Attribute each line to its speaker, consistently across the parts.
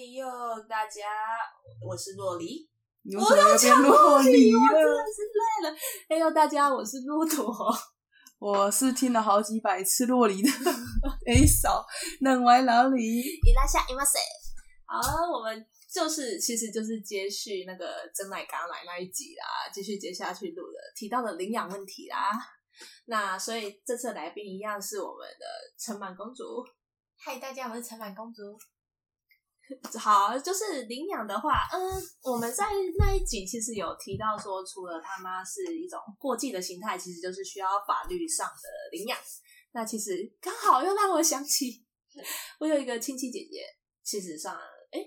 Speaker 1: Hello，大家，我是洛梨。哎
Speaker 2: 你为什么又变洛梨啊
Speaker 1: 我真
Speaker 2: 了？
Speaker 1: 的是累了。Hello，大家，我是骆驼。
Speaker 2: 我是听了好几百次洛梨的 A 嫂，能歪老李。
Speaker 1: 伊拉夏伊玛塞。好，我们就是其实就是接续那个真奶嘎奶那一集啦，继续接下去录的提到的领养问题啦。那所以这次来宾一样是我们的陈满公主。
Speaker 3: 嗨，大家，我是陈满公主。
Speaker 1: 好，就是领养的话，嗯，我们在那一集其实有提到说，除了他妈是一种过继的形态，其实就是需要法律上的领养。那其实刚好又让我想起，我有一个亲戚姐姐，其实上，哎、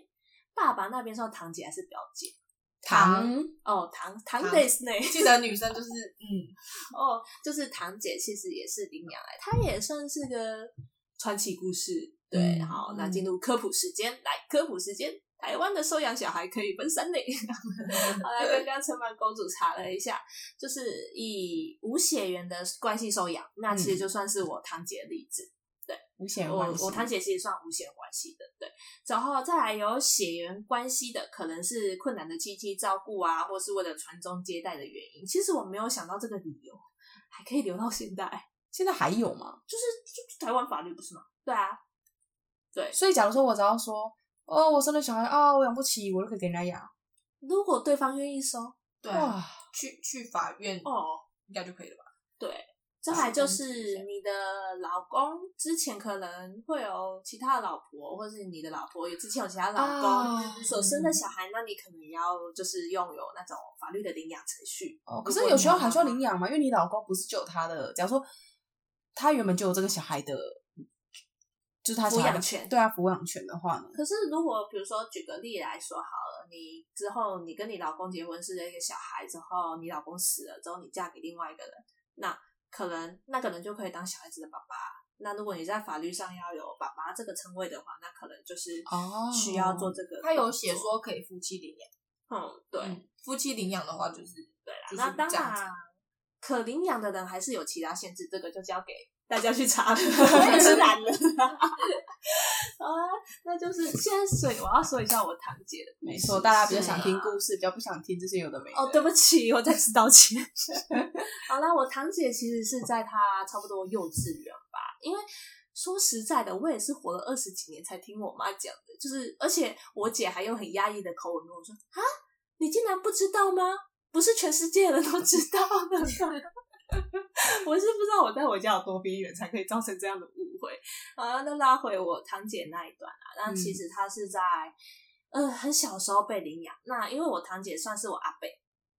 Speaker 1: 爸爸那边算堂姐还是表姐？
Speaker 2: 糖
Speaker 1: 哦，堂堂
Speaker 3: 堂
Speaker 1: 姐是那
Speaker 3: 记得女生就 是嗯，
Speaker 1: 哦，就是堂姐其实也是领养来，她也算是个传奇故事。对，
Speaker 2: 嗯
Speaker 1: 好，那进入科普时间，来科普时间，台湾的收养小孩可以分三类。 好来， 刚刚陈曼公主查了一下，就是以无血缘的关系收养，那
Speaker 3: 嗯
Speaker 1: 其实就算是我堂姐的例子。
Speaker 2: 无险
Speaker 1: 我我堂姐其实算无血缘关系的，对。然后再来有血缘关系的，可能是困难的亲戚照顾啊，或是为了传宗接代的原因。其实我没有想到这个理由，还可以留到现在，
Speaker 2: 现在还有吗？
Speaker 1: 就是就就台湾法律不是吗？对啊，对。
Speaker 2: 所以假如说我只要说，哦，我生了小孩啊，我养不起，我就可以给人家养。
Speaker 1: 如果对方愿意收，
Speaker 3: 对，
Speaker 2: 哇，
Speaker 3: 去去法院
Speaker 1: 哦，
Speaker 3: 应该就可以了吧？
Speaker 1: 再来就
Speaker 3: 百分之
Speaker 1: 是
Speaker 3: 百
Speaker 1: 你的老公之前可能会有其他的老婆，或是你的老婆有之前有其他老公、
Speaker 2: 啊
Speaker 1: 所生的小孩，那你可能要就是拥有那种法律的领养程序。
Speaker 2: 哦，可是有需要还需要领养吗？因为你老公不是就有他的，假如说他原本就有这个小孩的，就是他小孩的
Speaker 1: 抚养权
Speaker 2: 对啊，抚养权的话呢？
Speaker 1: 可是如果比如说举个例来说好了，你之后你跟你老公结婚是一个小孩之后，你老公死了之后，你嫁给另外一个人，那可能那个人就可以当小孩子的爸爸。那如果你在法律上要有爸爸这个称谓的话，那可能就是
Speaker 2: 哦
Speaker 1: 需要做这个动作。
Speaker 3: 他有写说可以夫妻领养，
Speaker 1: 嗯，对，
Speaker 3: 嗯夫妻领养的话就是
Speaker 1: 对啦，
Speaker 3: 就是
Speaker 1: 那当
Speaker 3: 这样子
Speaker 1: 然，可领养的人还是有其他限制，这个就交给大家去 查了，我
Speaker 3: 我
Speaker 1: 也
Speaker 3: 也
Speaker 1: 是
Speaker 3: 是
Speaker 1: 懒啊了。 好啊，那就是现在，所以我要说一下我堂姐的故事。
Speaker 2: 没错，大家比较想听
Speaker 1: 是啊
Speaker 2: 故事，比较不想听这些有的没的。
Speaker 1: 哦，对不起，我再次道歉。 好啦，我堂姐其实是在她差不多幼稚园吧，因为说实在的，我也是活了二十几年才听我妈讲的，就是而且我姐还用很压抑的口吻跟我说：“啊，你竟然不知道吗？不是全世界的人都知道的吗。” 我是不知道我在我家有多边缘才可以造成这样的误会。啊，那拉回我堂姐那一段啊，那其实她是在、呃很小时候被领养。那因为我堂姐算是我阿伯，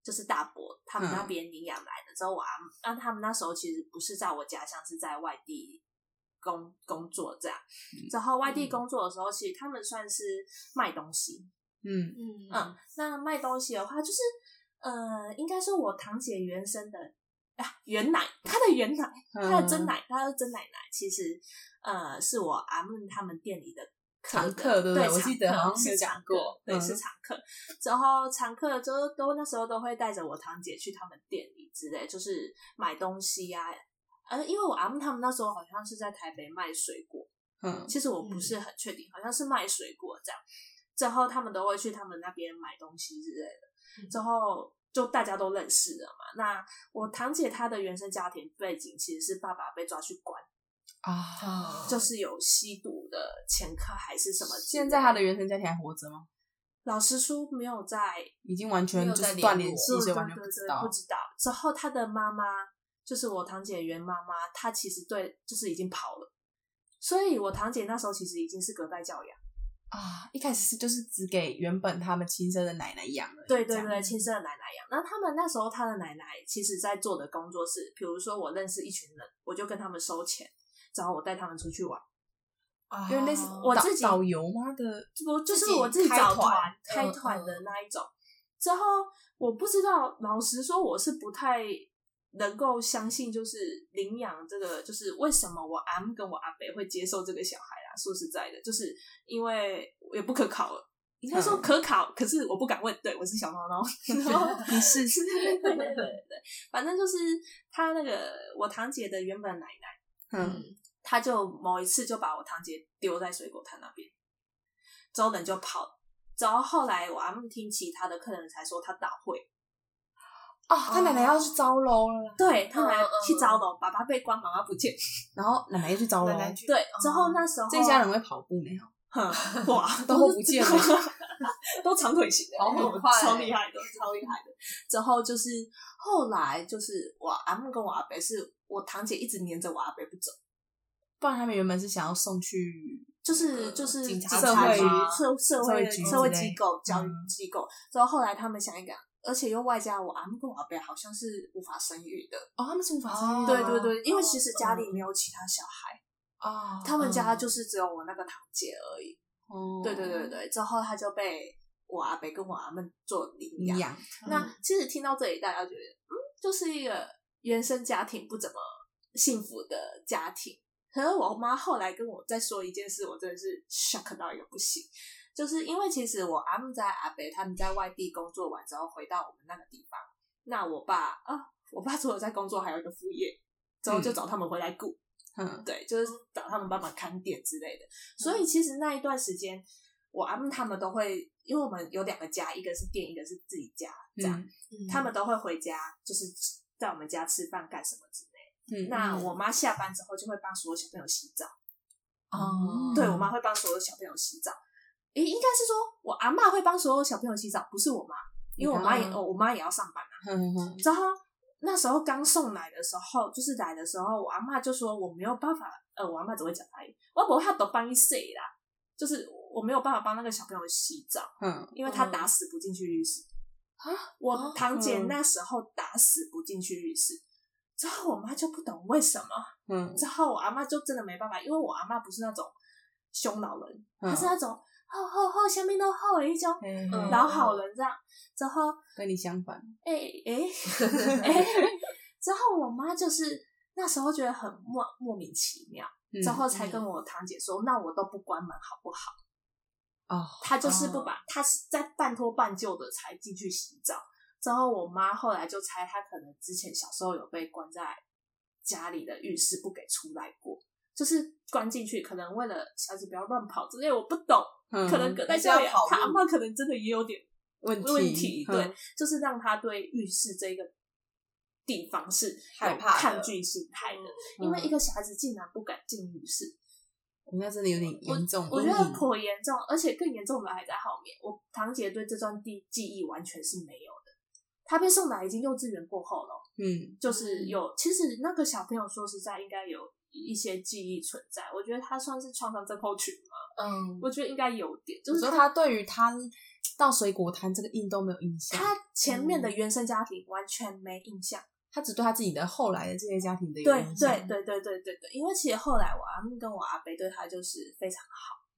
Speaker 1: 就是大伯他们那边领养来的。之后我阿那他们那时候其实不是在我家乡，是在外地工工作这样。然后外地工作的时候，其实他们算是卖东西，
Speaker 2: 嗯，
Speaker 3: 嗯
Speaker 1: 嗯，那卖东西的话，就是呃，应该说我堂姐原生的啊原奶，她的原奶，她
Speaker 2: 嗯
Speaker 1: 的真奶，她的真奶奶，其实呃是我阿梦他们店里的
Speaker 2: 常
Speaker 1: 的
Speaker 2: 客对不
Speaker 1: 对，
Speaker 2: 对我
Speaker 1: 常
Speaker 2: 记得
Speaker 1: 客
Speaker 2: 好像
Speaker 1: 是
Speaker 2: 有
Speaker 1: 常
Speaker 2: 讲
Speaker 1: 客
Speaker 2: 过
Speaker 1: 对，
Speaker 2: 嗯
Speaker 1: 是常客。然后常客就都那时候都会带着我堂姐去他们店里之类，就是买东西呀、呃，因为我阿梦他们那时候好像是在台北卖水果，
Speaker 2: 嗯
Speaker 1: 其实我不是很确定，好像是卖水果这样。之后他们都会去他们那边买东西之类的，
Speaker 3: 嗯
Speaker 1: 之后就大家都认识了嘛。那我堂姐她的原生家庭背景其实是爸爸被抓去关，
Speaker 2: 啊，
Speaker 1: 就是有吸毒的前科还是什么之类。
Speaker 2: 现在他的原生家庭还活着吗？
Speaker 1: 老实说没有在
Speaker 2: 已经完全
Speaker 3: 没有
Speaker 2: 就
Speaker 3: 再
Speaker 2: 是
Speaker 3: 联
Speaker 2: 断
Speaker 3: 络
Speaker 2: 联系
Speaker 1: 对，
Speaker 2: 所
Speaker 1: 对
Speaker 2: 以完
Speaker 1: 对
Speaker 2: 全不
Speaker 1: 对，
Speaker 2: 知道
Speaker 1: 不。知道。之后他的妈妈就是我堂姐原妈妈，她其实对就是已经跑了，所以我堂姐那时候其实已经是隔代教养。
Speaker 2: 啊，一开始是就是只给原本他们亲生的奶奶养的，
Speaker 1: 对对
Speaker 2: 这样
Speaker 1: 对，亲生的奶奶养。那他们那时候他的奶奶其实在做的工作是，比如说我认识一群人，我就跟他们收钱，然后我带他们出去玩，
Speaker 3: 啊
Speaker 1: 因为类似我
Speaker 2: 导
Speaker 1: 自己
Speaker 2: 导游吗的，
Speaker 1: 我就
Speaker 3: 自
Speaker 1: 是
Speaker 3: 己
Speaker 1: 我自己
Speaker 3: 开
Speaker 1: 找
Speaker 3: 团
Speaker 1: 团开
Speaker 3: 嗯
Speaker 1: 团的
Speaker 3: 嗯
Speaker 1: 那一种。之后我不知道，老实说我是不太能够相信，就是领养这个，就是为什么我阿姆跟我阿伯会接受这个小孩啊？说实在的，就是因为也不可考了。应该说
Speaker 2: 嗯
Speaker 1: 可考，可是我不敢问。对我是小猫 猫，然后
Speaker 2: 你是
Speaker 1: 是， 对对对对，反正就是他那个我堂姐的原本奶奶，
Speaker 2: 嗯，
Speaker 1: 她就某一次就把我堂姐丢在水果摊那边，之后人就跑，直到后来我阿姆听其他的客人才说他打会，哦
Speaker 2: 啊，他奶
Speaker 3: 哦
Speaker 2: 奶要去招楼了，
Speaker 1: 对他来
Speaker 3: 嗯嗯嗯
Speaker 1: 去招楼，爸爸被关，妈妈不 见。
Speaker 2: 然后奶奶又去招楼
Speaker 3: 奶，奶去
Speaker 1: 对，之后那时候
Speaker 2: 哦这一 家人会跑步呢，
Speaker 1: 哼哇
Speaker 2: 都不见了，
Speaker 1: 都长腿型的，
Speaker 3: 跑很快
Speaker 1: 超
Speaker 2: 欸
Speaker 1: 厉害的，超厉害的。之后就是后来就是我阿姆跟我阿伯是我堂姐一直黏着我阿伯不走。
Speaker 2: 不然他们原本是想要送去，
Speaker 1: 就是就是
Speaker 3: 警察
Speaker 1: 社会
Speaker 2: 局
Speaker 3: 吗
Speaker 1: 社社
Speaker 2: 社
Speaker 1: 会
Speaker 2: 会局
Speaker 1: 社会
Speaker 2: 之类
Speaker 1: 机构、教育
Speaker 2: 嗯
Speaker 1: 机构，之后后来他们想一想，而且又外加我阿姆跟我阿伯好像是无法生育的，
Speaker 2: 哦，他们是无法
Speaker 3: 哦
Speaker 1: 对对对，因为其实家里没有其他小孩，
Speaker 2: 啊
Speaker 1: 他们家就是只有我那个堂姐而已，
Speaker 2: 哦
Speaker 1: 对对对对，之后他就被我阿伯跟我阿妹做领
Speaker 2: 领
Speaker 1: 养。
Speaker 2: 养，
Speaker 1: 那
Speaker 3: 嗯
Speaker 1: 其实听到这里，大家觉得，嗯，就是一个原生家庭不怎么幸福的家庭。可是我妈后来跟我再说一件事，我真的是 shock 到一个不行，就是因为其实我阿姆在阿北他们在外地工作完之后回到我们那个地方，那我爸啊，我爸除了在工作，还有一个副业，之后就找他们回来顾。
Speaker 2: 嗯，
Speaker 1: 对，就是
Speaker 3: 哦
Speaker 1: 找他们帮忙看店之类的。所
Speaker 3: 嗯
Speaker 1: 以其实那一段时间，我阿姆他们都会，因为我们有两个家，一个是店，一个是自己家，这样、
Speaker 3: 嗯
Speaker 1: 他们都会回家，就是在我们家吃饭干什么之类
Speaker 2: 嗯，
Speaker 1: 的。那我妈下班之后就会帮所有小朋友洗澡，
Speaker 2: 嗯
Speaker 3: 哦
Speaker 1: 对我妈会帮所有小朋友洗澡。诶，应该是说我阿妈会帮所有小朋友洗澡，不是我妈，因为我妈也、
Speaker 2: 嗯
Speaker 1: 哦我妈也要上班。
Speaker 2: 嗯嗯
Speaker 1: 然后那时候刚送来的时候，就是来的时候，我阿嬷就说我没有办法，呃，我阿嬷只会讲台语，我不怕都帮你洗啦，就是我没有办法帮那个小朋友洗澡，
Speaker 2: 嗯，啊
Speaker 1: 因为他打死不进去浴室。我
Speaker 3: 哦
Speaker 1: 堂姐
Speaker 2: 嗯
Speaker 1: 那时候打死不进去浴室，之后我妈就不懂为什么，
Speaker 2: 嗯
Speaker 1: 之后我阿嬷就真的没办法，因为我阿嬷不是那种凶老人，她、
Speaker 2: 嗯
Speaker 1: 是那种吼吼吼，下面都吼的一种
Speaker 2: 嗯，
Speaker 3: 嗯
Speaker 1: 老好人这样，之后。
Speaker 2: 跟你相反，
Speaker 1: 哎哎哎，之后我妈就是那时候觉得很莫莫名其妙，
Speaker 2: 嗯
Speaker 1: 之后才跟我堂姐说，那我都不关门好不好？
Speaker 2: 哦，
Speaker 1: 她就是不把，她是在半拖半就的才进去洗澡。之后我妈后来就猜她可能之前小时候有被关在家里的浴室不给出来过。就是关进去，可能为了小孩子不要乱跑之类，我不懂，
Speaker 2: 嗯
Speaker 1: 可能隔代
Speaker 3: 还是要
Speaker 1: 教养
Speaker 3: 跑，
Speaker 1: 啊他阿
Speaker 3: 路
Speaker 1: 妈可能真的也有点
Speaker 2: 问题
Speaker 1: 问题，对，
Speaker 2: 嗯
Speaker 1: 就是让他对浴室这个地方是
Speaker 3: 害
Speaker 1: 有
Speaker 3: 怕的嗯
Speaker 1: 抗拒心态的，因为一个小孩子竟然不敢进浴室，
Speaker 2: 人家真的有点严重，
Speaker 1: 我觉得颇严重，而且更严重的还在后面。我堂姐对这段记记忆完全是没有的，她被送来已经幼稚园过后了，
Speaker 2: 嗯
Speaker 1: 就是有，其实那个小朋友说实在应该有。一些记忆存在，我觉得他算是创伤症候群嘛，
Speaker 3: 嗯
Speaker 1: 我觉得应该有点，就
Speaker 2: 我
Speaker 1: 是
Speaker 2: 说他对于他到水果摊这个印都没有印象，
Speaker 1: 他前面的原生家庭完全没印象。
Speaker 2: 他只对他自己的后来的这些家庭的有
Speaker 1: 对
Speaker 2: 影
Speaker 1: 对，
Speaker 2: 响
Speaker 1: 对对对对对，因为其实后来我阿姆跟我阿伯对他就是非常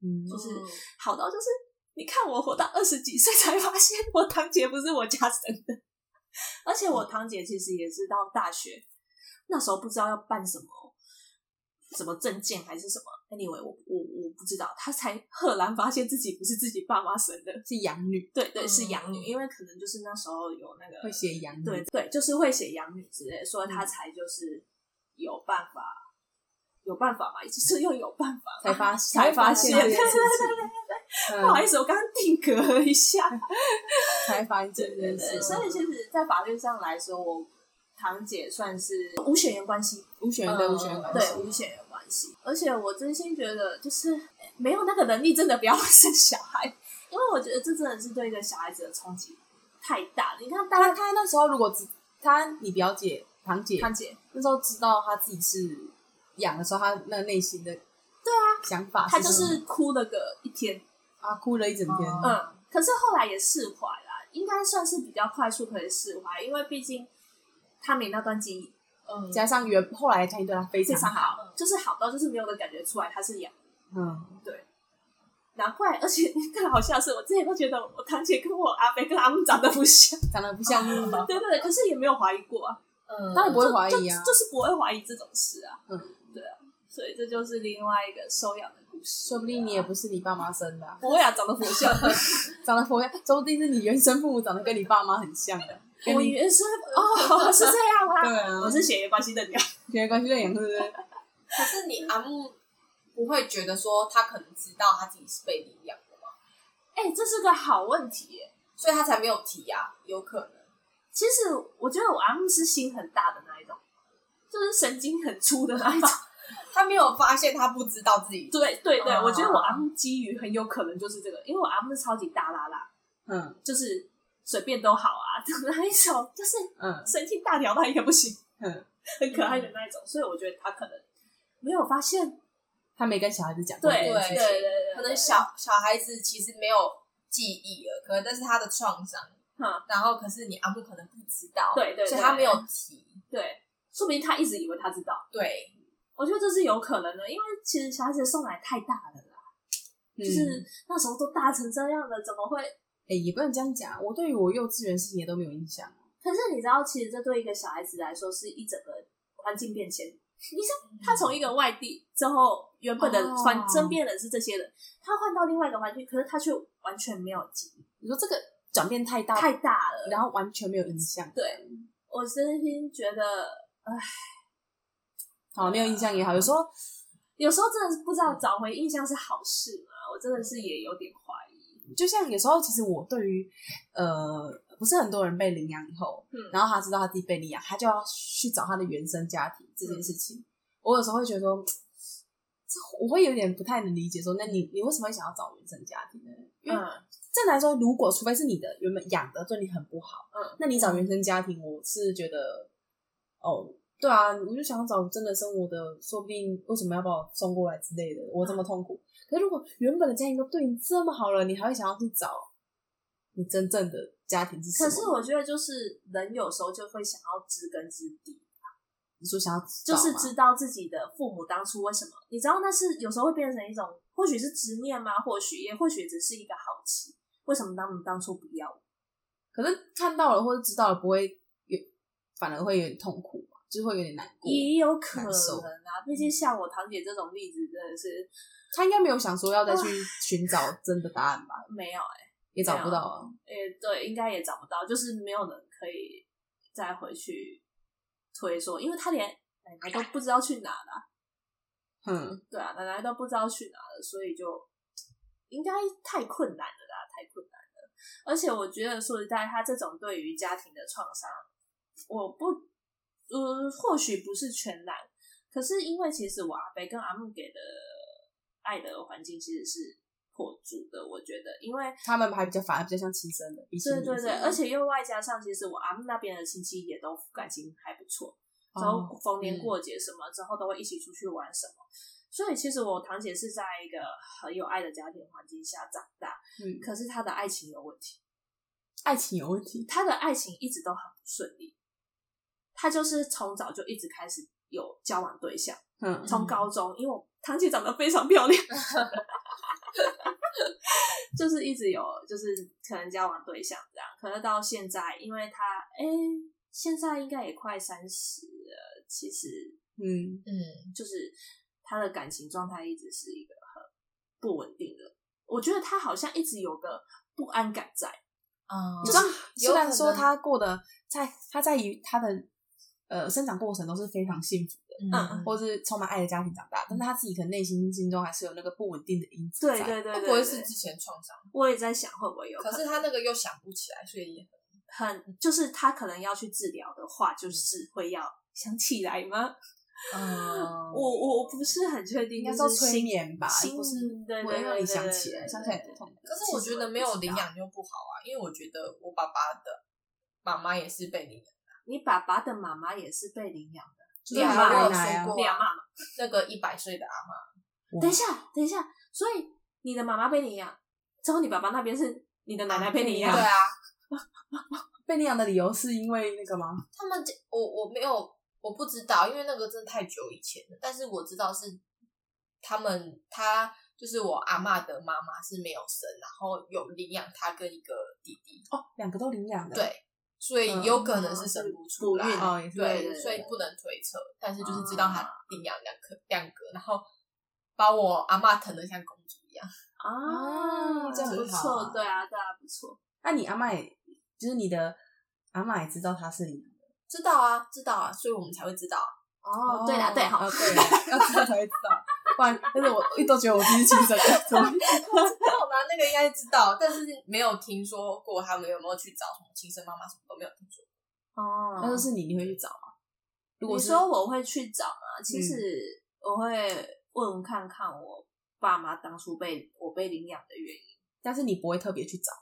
Speaker 2: 嗯，
Speaker 1: 就是
Speaker 3: 嗯
Speaker 1: 好到就是，你看我活到二十几岁才发现我堂姐不是我家生的， 而且我堂姐其实也是到大学那时候不知道要办什么什么证件还是什么，anyway 我我我不知道，她才赫然发现自己不是自己爸妈生的，
Speaker 2: 是养女
Speaker 1: 对对是养
Speaker 3: 嗯
Speaker 1: 女，因为可能就是那时候有那个
Speaker 2: 会写嗯养女，
Speaker 1: 对对，就是会写养女之类的，所以他才就是有办法，有办法嘛，就是又有办法
Speaker 2: 才发
Speaker 1: 才
Speaker 2: 发
Speaker 1: 发
Speaker 2: 现这件事情，
Speaker 1: 不好
Speaker 2: 嗯
Speaker 1: 意思，我刚刚定格了一下。
Speaker 2: 才发现这
Speaker 1: 对
Speaker 2: 件
Speaker 1: 对，
Speaker 2: 事，
Speaker 1: 所以其实，在法律上来说，我堂姐算是无血缘关系，
Speaker 2: 无血缘对无血缘关
Speaker 1: 呃对
Speaker 2: 系，
Speaker 1: 无血缘关系。而且我真心觉得，就是没有那个能力，真的不要生小孩，因为我觉得这真的是对一个小孩子的冲击太大了。你看，大
Speaker 2: 他
Speaker 1: 家
Speaker 2: 他那时候如果只他你表姐堂姐
Speaker 1: 堂姐，
Speaker 2: 那时候知道他自己是养的时候，他那内心的对啊想法
Speaker 1: 她
Speaker 2: 什么，
Speaker 1: 就是哭了个一天，
Speaker 2: 啊哭了一整天，
Speaker 3: 哦
Speaker 1: 嗯，可是后来也释怀啦，应该算是比较快速可以释怀，因为毕竟他没那段记忆
Speaker 3: 嗯
Speaker 2: 加上原后来的家庭对他非
Speaker 1: 非
Speaker 2: 常
Speaker 1: 常好，就是好到就是没有人感觉出来他是养。
Speaker 2: 嗯
Speaker 1: 难怪，而且 更好笑的是，我之前都觉得我堂姐跟我阿伯跟阿姆长得不像，
Speaker 2: 长得不像，当
Speaker 1: 对对对，可是也没有怀疑过啊，
Speaker 3: 嗯
Speaker 2: 然不会怀疑啊
Speaker 1: 就，就是不会怀疑这种事啊，
Speaker 2: 嗯，
Speaker 1: 对啊，所以这就是另外一个收养的故事，
Speaker 2: 说不定你也不是你爸妈生的啊，
Speaker 1: 不会啊，长得不 像，
Speaker 2: 长得佛样，说不定是你原生父母长得跟你爸妈很像的，跟
Speaker 1: 我
Speaker 2: 你
Speaker 1: 以为是哦， 是这样啊，
Speaker 2: 对啊
Speaker 1: 我是血缘关系的鸟，
Speaker 2: 血缘关系认养是不是？
Speaker 3: 可是你阿木不会觉得说他可能知道他自己是被领养的吗？
Speaker 1: 哎、这是个好问题耶。
Speaker 3: 所以他才没有提啊，有可能。
Speaker 1: 其实我觉得我阿木是心很大的那一种，就是神经很粗的 那一种。
Speaker 3: 他没有发现，他不知道自己
Speaker 1: 对对对，
Speaker 3: 哦
Speaker 1: 我觉得我阿木基于很有可能就是这个，因为我阿木是超级大拉拉，
Speaker 2: 嗯
Speaker 1: 就是随便都好啊 的那一种，就是
Speaker 2: 嗯
Speaker 1: 神经大条到一个不行，
Speaker 2: 嗯，
Speaker 1: 很可爱的那一种。所以我觉得他可能没有发现，
Speaker 2: 他没跟小孩子讲过这
Speaker 1: 对
Speaker 2: 件
Speaker 1: 对
Speaker 2: 事
Speaker 1: 对
Speaker 2: 情，
Speaker 1: 对对，
Speaker 3: 可能小小孩子其实没有记忆了，可能那是他的创伤。
Speaker 1: 嗯
Speaker 3: 然后可是你阿木可能不知道，
Speaker 1: 对对对
Speaker 3: 所以他没有提。
Speaker 1: 对，说不定他一直以为他知道，
Speaker 3: 对，
Speaker 1: 我觉得这是有可能的，因为其实小孩子的送奶太大了啦，就
Speaker 2: 嗯
Speaker 1: 是那时候都大成这样了，怎么会？
Speaker 2: 哎、也不能这样讲。我对于我幼稚园事情也都没有印象。
Speaker 1: 可是你知道，其实这对一个小孩子来说是一整个环境变迁。你像他从一个外地之后，原本的
Speaker 2: 哦
Speaker 1: 反身边人是这些人，他换到另外一个环境，可是他却完全没有记忆，
Speaker 2: 你说这个转变太大，
Speaker 1: 太大了。
Speaker 2: 然后完全没有印象。
Speaker 1: 对我真心觉得，
Speaker 2: 好，没有印象也好，有时候
Speaker 1: 有时候真的是不知道找回印象是好事嘛，我真的是也有点怀疑。
Speaker 2: 就像有时候，其实我对于呃，不是很多人被领养以后，
Speaker 1: 嗯
Speaker 2: 然后他知道他自己被领养，他就要去找他的原生家庭这件事情，我有时候会觉得说，这我会有点不太能理解说，那你你为什么会想要找原生家庭呢？因为
Speaker 1: 嗯
Speaker 2: 正常来说，如果除非是你的原本养的对你很不好，
Speaker 1: 嗯，
Speaker 2: 那你找原生家庭，我是觉得，哦，对啊，我就想找真的生活的，说不定为什么要把我送过来之类的，我这么痛苦。可是如果原本的家庭都对你这么好了，你还会想要去找你真正的家庭是什么？
Speaker 1: 可是我觉得就是人有时候就会想要知根知底，
Speaker 2: 你说想要
Speaker 1: 就
Speaker 2: 就是
Speaker 1: 知道自己的父母当初为什么，你知道那是有时候会变成一种，或许是执念吗？或许也或许只是一个好奇，为什么他们当初不要我？
Speaker 2: 可是看到了或者知道了，不会有，反而会有点痛苦嘛，就是会有点难过。
Speaker 1: 也有可能
Speaker 2: 难受
Speaker 1: 啊，毕竟像我堂姐这种例子真的是
Speaker 2: 他应该没有想说要
Speaker 1: 啊
Speaker 2: 再去寻找真的答案吧，
Speaker 1: 没有哎、
Speaker 2: 也找不到啊。
Speaker 1: 诶、对，应该也找不到，就是没有人可以再回去推说，因为他连奶奶都不知道去哪了，
Speaker 2: 嗯，
Speaker 1: 对啊，奶奶都不知道去哪了，所以就应该太困难了啦，太困难了。而且我觉得说实在，他这种对于家庭的创伤，我不，呃，或许不是全然，可是因为其实我阿伯跟阿木给的爱的环境其实是破竹的，我觉得，因为
Speaker 2: 他们还比较反而比较像亲生的，比起
Speaker 1: 对
Speaker 2: 你
Speaker 1: 对
Speaker 2: 是
Speaker 1: 对，而且又外加上，其实我阿姆那边的亲戚也都感情还不错，
Speaker 2: 哦
Speaker 1: 然后逢年
Speaker 2: 嗯
Speaker 1: 过节什么之后都会一起出去玩什么。所以其实我堂姐是在一个很有爱的家庭环境下长大，
Speaker 2: 嗯，
Speaker 1: 可是她的爱情有问题，
Speaker 2: 爱情有问题，
Speaker 1: 她的爱情一直都很不顺利。她就是从早就一直开始有交往对象，
Speaker 2: 嗯，
Speaker 1: 从高中，因为我堂姐长得非常漂亮， 就是一直有就是可能交往对象这样，可是到现在，因为她哎、现在应该也快三十了，其实
Speaker 2: 嗯
Speaker 3: 嗯，
Speaker 1: 就是她的感情状态一直是一个很不稳定的，我觉得她好像一直有个不安感在，
Speaker 3: 啊、
Speaker 1: 嗯
Speaker 2: 你知道，虽
Speaker 3: 有可
Speaker 2: 然说
Speaker 3: 能
Speaker 2: 他过得在他在于他的呃生长过程都是非常幸福的，
Speaker 1: 嗯
Speaker 2: 或是充满爱的家庭长大，但是他自己可能内心心中还是有那个不稳定的因子
Speaker 1: 对
Speaker 2: 在
Speaker 1: 对对
Speaker 3: 会
Speaker 1: 对
Speaker 3: 不会是
Speaker 1: 对
Speaker 3: 之前创伤？
Speaker 1: 我也在想会不会有
Speaker 3: 可是他那个又想不起来，所以也
Speaker 1: 很就是她可能要去治疗的话，就是会要想起来吗？
Speaker 3: 嗯
Speaker 1: 我我我不是很确定，
Speaker 2: 应该
Speaker 1: 就
Speaker 2: 说
Speaker 1: 是
Speaker 2: 催
Speaker 1: 心
Speaker 2: 眠吧，
Speaker 1: 哦心
Speaker 2: 不是
Speaker 1: 对
Speaker 2: 不
Speaker 1: 对
Speaker 2: 会让
Speaker 1: 对
Speaker 2: 你想
Speaker 1: 对
Speaker 2: 起来，
Speaker 1: 对
Speaker 2: 想起来
Speaker 1: 对
Speaker 2: 也痛苦。
Speaker 3: 可是我觉得没有领养就不好啊，因为我觉得我爸爸的妈妈也是被领养，
Speaker 1: 你爸爸的妈妈也是被领养
Speaker 2: 就是
Speaker 1: 两
Speaker 2: 他
Speaker 1: 个
Speaker 2: 奶
Speaker 1: 我
Speaker 2: 奶
Speaker 3: 有说
Speaker 2: 啊
Speaker 3: 过，
Speaker 1: 的，两妈妈。
Speaker 3: 那个一百岁的阿妈，
Speaker 2: 哇
Speaker 1: 等一下，等一下，所以你的妈妈被领养，之后你爸爸那边是你的奶奶被领养
Speaker 3: 对，啊，
Speaker 2: 被领养的理由是因为那个吗？
Speaker 3: 他们这我我没有我不知道，因为那个真的太久以前了。但是我知道是他们，他就是我阿妈的妈妈是没有生，然后有领养他跟一个弟弟，
Speaker 2: 哦，两个都领养的，
Speaker 3: 对，所以有可能是生不出来，
Speaker 1: 嗯
Speaker 2: 哦，也是
Speaker 3: 对，
Speaker 1: 对对啊
Speaker 3: 所以不能推测，但是就是知道他领养两个两个，然后把我阿妈疼得像公主一样。
Speaker 1: 啊，
Speaker 2: 啊这样
Speaker 1: 不
Speaker 2: 很好啊
Speaker 1: 错，对啊，对啊，不错。
Speaker 2: 那你阿妈也，就是你的阿妈也知道他是领养的
Speaker 3: 知道啊，知道啊，所以我们才会知道啊。
Speaker 1: 哦，对啦，对，好，
Speaker 2: 哦对啊，要知道才会知道。不然，但是我一都觉得我自己是亲生的，所 以
Speaker 3: 我吧，那个应该知道，但是没有听说过他们有没有去找什么亲生妈妈，什么都没有听说。
Speaker 1: 哦
Speaker 2: 那就是你，你会去找吗？如果
Speaker 1: 你
Speaker 2: 是
Speaker 1: 说我会去找吗？其实我会问看看我爸妈当初被我被领养的原因，
Speaker 2: 但是你不会特别去找，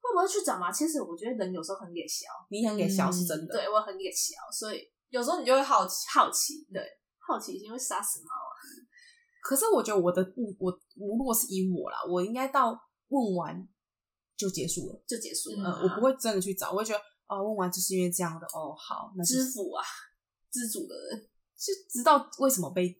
Speaker 1: 会不会去找嘛？其实我觉得人有时候很野小，
Speaker 2: 你想给小是真
Speaker 1: 嗯
Speaker 2: 的，
Speaker 1: 对我很野小，所以
Speaker 3: 有时候你就会好奇，
Speaker 1: 好奇，对，好奇心会杀死猫啊。
Speaker 2: 可是我觉得我的嗯我我如果是以我啦，我应该到问完就结束了，
Speaker 1: 就结束
Speaker 2: 嗯，
Speaker 1: 了啊。
Speaker 2: 我不会真的去找，我会觉得哦，问完就是因为这样的哦，好，那就
Speaker 1: 知府啊，知足的人。
Speaker 2: 是知道为什么被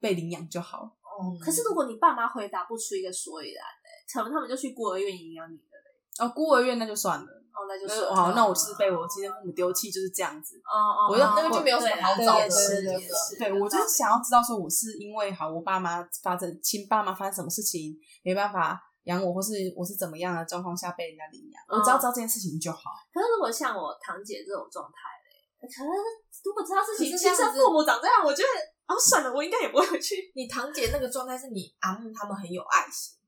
Speaker 2: 被领养就好。
Speaker 3: 哦
Speaker 1: 可是如果你爸妈回答不出一个所以然、欸，可能他们就去孤儿院领养你了。
Speaker 2: 哦，孤儿院那就算了，
Speaker 1: 哦，那就
Speaker 2: 就是是好，呃那我就是被我亲生父母丢弃，就是这样子。
Speaker 1: 哦哦，
Speaker 2: 我
Speaker 1: 就
Speaker 2: 就
Speaker 3: 那个就没有什么好找
Speaker 1: 对
Speaker 3: 的对
Speaker 1: 对
Speaker 3: 对
Speaker 1: 对
Speaker 2: 对，我就是想要知道说我是因为好，我爸妈发生亲爸妈发生什么事情，没办法养我，或是我是怎么样的状况下被人家领养，我
Speaker 1: 嗯
Speaker 2: 只要知道这件事情就好。
Speaker 1: 可是如果像我堂姐这种状态嘞，可能如果知道自己
Speaker 3: 可是
Speaker 1: 亲
Speaker 3: 这样子
Speaker 1: 生父母长这样，我觉得哦算了，我应该也不会回去。
Speaker 3: 你堂姐那个状态是你阿木他们很有爱心，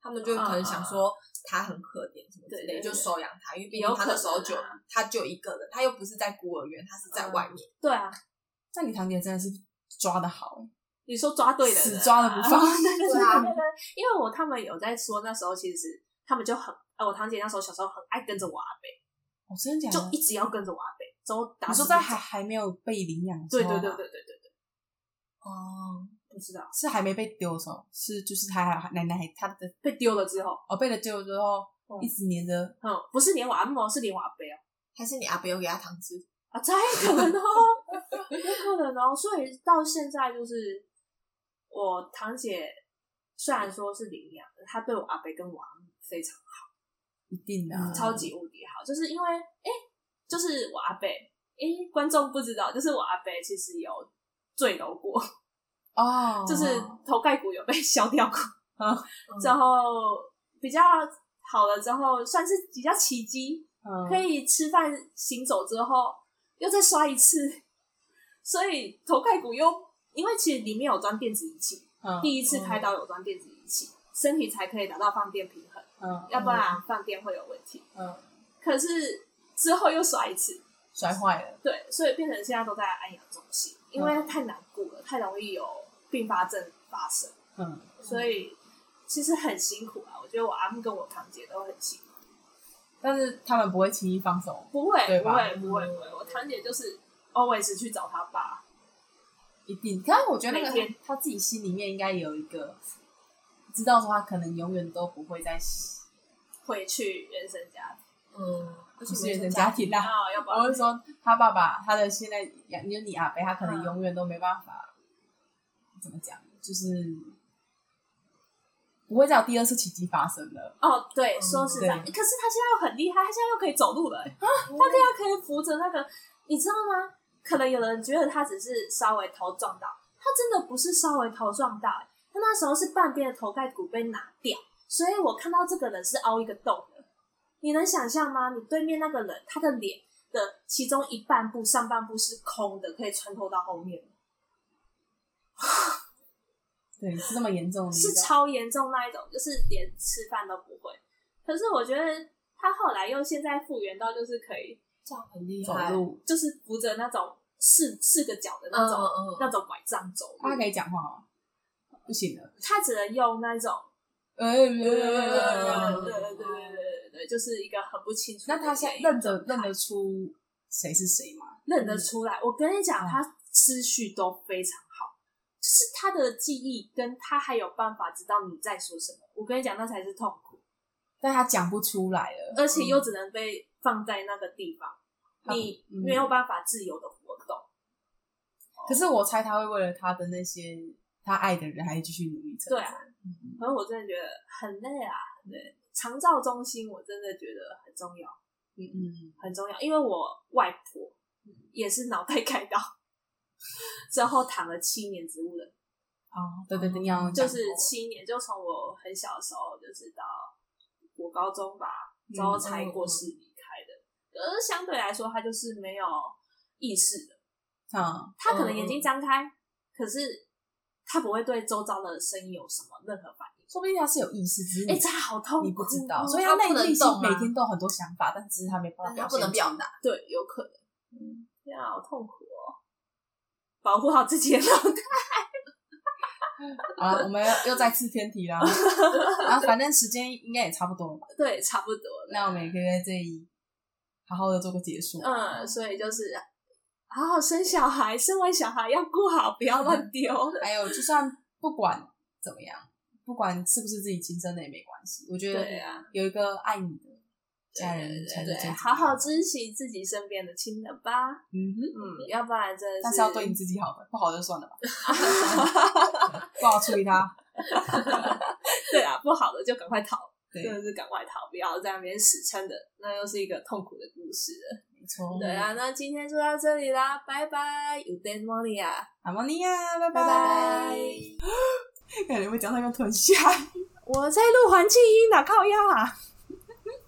Speaker 3: 他们就可能想说他很可怜什么
Speaker 1: 嗯
Speaker 3: 之
Speaker 1: 对
Speaker 3: 类，
Speaker 1: 对对
Speaker 3: 就收养他，因为毕
Speaker 1: 有
Speaker 3: 竟
Speaker 1: 可
Speaker 3: 他
Speaker 1: 能啊
Speaker 3: 那时候就他就一个人，他又不是在孤儿院，他是在外面。
Speaker 1: 对啊，
Speaker 2: 那你堂姐真的是抓的好，
Speaker 1: 你说抓对人了，
Speaker 2: 死抓的不 放。
Speaker 1: 对对对
Speaker 3: 对啊
Speaker 1: 对对，因为我他们有在说那时候其实他们就很，呃，我堂姐那时候小时候很爱跟着我阿伯，
Speaker 2: 我真的假
Speaker 1: 就
Speaker 2: 的？
Speaker 1: 一直要跟着我阿伯，走打
Speaker 2: 你
Speaker 1: 死
Speaker 2: 说
Speaker 1: 啊不
Speaker 2: 在
Speaker 1: 走
Speaker 2: 还还没有被领养的
Speaker 1: 对
Speaker 2: 时候
Speaker 1: 对对对
Speaker 2: 吗，
Speaker 1: 对对对，
Speaker 3: 哦，
Speaker 1: 不知道
Speaker 2: 是还没被丢的时候，是就是他还奶奶还他的
Speaker 1: 被丢了之后，
Speaker 2: 哦被了丢之后，
Speaker 1: 嗯
Speaker 2: 一直黏着
Speaker 1: 嗯，不是连我阿嬷，是连我阿伯哦。
Speaker 3: 还是你阿伯有给他糖吃？
Speaker 1: 啊，才可能哦，有可能哦。所以到现在就是我堂姐，虽然说是领养的，她对我阿伯跟我阿姆非常好，
Speaker 2: 一定的、啊
Speaker 3: 嗯
Speaker 1: 超级无敌好，就是因为哎、诶就是我阿伯，哎、观众不知道，就是我阿伯其实有坠楼过，
Speaker 2: 哦，
Speaker 1: 就是头盖骨有被削掉过，
Speaker 3: 嗯
Speaker 1: 然后比较好了之后，算是比较奇迹，
Speaker 2: 嗯
Speaker 1: 可以吃饭行走之后又再刷一次，所以头盖骨又因为其实里面有装电子仪器，
Speaker 2: 嗯
Speaker 1: 第一次开刀有装电子仪器，身体才可以达到放电平衡，
Speaker 2: 嗯
Speaker 1: 要不然放电会有问题。
Speaker 2: 嗯
Speaker 1: 可是之后又刷一次，
Speaker 2: 摔坏了，
Speaker 1: 对，所以变成现在都在安养中心，因
Speaker 2: 嗯
Speaker 1: 为太难过了，太容易有并发症发生，
Speaker 2: 嗯，
Speaker 1: 所以其实很辛苦啊。我觉得我阿木跟我堂姐都很辛苦。
Speaker 2: 但是他们不会轻易放手，
Speaker 1: 不会，
Speaker 2: 对
Speaker 1: 不
Speaker 2: 吧
Speaker 1: 会，不会，不会。我堂姐就是 always 去找他爸，
Speaker 2: 一定。可是我觉得那
Speaker 1: 每
Speaker 2: 个
Speaker 1: 天
Speaker 2: 他自己心里面应该有一个知道说他可能永远都不会再
Speaker 1: 回去原生家庭
Speaker 3: 嗯，而
Speaker 2: 不
Speaker 3: 且
Speaker 2: 是原生家庭啦，
Speaker 1: 啊，要不
Speaker 2: 我
Speaker 1: 然
Speaker 2: 是说，他爸爸，他的现在养就是你阿伯，他可
Speaker 1: 嗯
Speaker 2: 能永远都没办法，怎么讲，就是不会再有第二次奇迹发生了。
Speaker 1: 哦，对，
Speaker 3: 嗯
Speaker 1: 说实在，可
Speaker 2: 对哦
Speaker 1: 是他现在又很厉害，他现在又可以走路了，欸
Speaker 3: 嗯
Speaker 1: 他现在可以扶着那个，你知道吗？可能有人觉得他只是稍微头撞到，他真的不是稍微头撞到，欸他那时候是半边的头盖骨被拿掉，所以我看到这个人是凹一个洞的，你能想象吗？你对面那个人，他的脸的其中一半部、上半部是空的，可以穿透到后面。
Speaker 2: 对，是这么严重的一个，
Speaker 1: 是超严重那一种，就是连吃饭都不会。可是我觉得他后来又现在复原到就是可以，
Speaker 3: 这样很厉
Speaker 2: 走
Speaker 3: 害，
Speaker 2: 路，
Speaker 1: 就是扶着那种四四个脚的
Speaker 3: 嗯
Speaker 1: 那
Speaker 3: 嗯
Speaker 1: 种、
Speaker 3: 嗯，
Speaker 1: 那种拐杖走
Speaker 2: 他
Speaker 1: 路，
Speaker 2: 可以讲话吗？不行了，
Speaker 1: 他只能用那种
Speaker 2: 呃，
Speaker 1: 对对对对对对，就是一个很不清楚。
Speaker 2: 那他现在认得认得出谁是谁吗？
Speaker 1: 认得出来，我跟你讲，
Speaker 2: 嗯
Speaker 1: 他思绪都非常好。就是他的记忆，跟他还有办法知道你在说什么。我跟你讲，那才是痛苦。
Speaker 2: 但他讲不出来了，
Speaker 1: 而且又只能被放在那个地方，
Speaker 2: 嗯
Speaker 1: 你
Speaker 2: 嗯
Speaker 1: 没有办法自由的活动。
Speaker 2: 可是我猜他会为了他的那些他爱的人，还继续努力成长。
Speaker 1: 对啊，可是我真的觉得很累啊，很累。长照中心我真的觉得很重要，
Speaker 2: 嗯，
Speaker 1: 很重要，因为我外婆也是脑袋开刀之后躺了七年植物人，
Speaker 2: 哦，对对对，你好像讲
Speaker 1: 就是
Speaker 2: 过
Speaker 1: 七年，就从我很小的时候就是到我高中吧，之后才过世离开的。可是相对来说，她就是没有意识的。
Speaker 2: 啊，
Speaker 1: 他可能眼睛张开，可是他不会对周遭的声音有什么任何反应。
Speaker 2: 说不定他是有意识，只是你
Speaker 1: 哎、这好痛苦，哦
Speaker 2: 嗯你不知道，所以
Speaker 3: 他
Speaker 2: 他内
Speaker 3: 不能
Speaker 2: 内心
Speaker 3: 动
Speaker 2: 每
Speaker 3: 啊
Speaker 2: 天都有很多想法，但只是他没办法
Speaker 3: 但
Speaker 2: 表
Speaker 3: 他
Speaker 2: 现，
Speaker 3: 不 能表达。
Speaker 1: 对，有可能。嗯，对啊，好痛苦哦。保护好自己的脑袋。
Speaker 2: 好了，我们又又再次偏 题啦。然后反正时间应该也差不多了吧，
Speaker 1: 对，差不多了。
Speaker 2: 那我们也可以在这里好好的做个结束。
Speaker 1: 嗯，所以就是好好生小孩，生完小孩要顾好，不要乱丢。
Speaker 2: 还有，就算不管怎么样，不管是不是自己亲生的也没关系。我觉得
Speaker 1: 对啊
Speaker 2: 有一个爱你的家人才是
Speaker 1: 对
Speaker 2: 最重要的
Speaker 1: 好好珍惜自己身边的亲人吧。
Speaker 2: 嗯哼，
Speaker 1: 嗯，要不然真的
Speaker 2: 但是要对你自己好的，不好就算了吧， 不好处理它。
Speaker 1: 对啊，不好的就赶快逃，
Speaker 2: 对
Speaker 1: 真的是赶快逃，不要在那边死撑的，那又是一个痛苦的故事了。
Speaker 2: 没错，
Speaker 1: 对啊，那今天就到这里啦，拜拜，You d a n Monia，
Speaker 2: 阿莫尼亚，拜
Speaker 1: 啊
Speaker 2: 哎
Speaker 1: 拜拜。
Speaker 2: 感觉会讲到一个吞下。
Speaker 1: 我在录环境音，哪靠腰啊？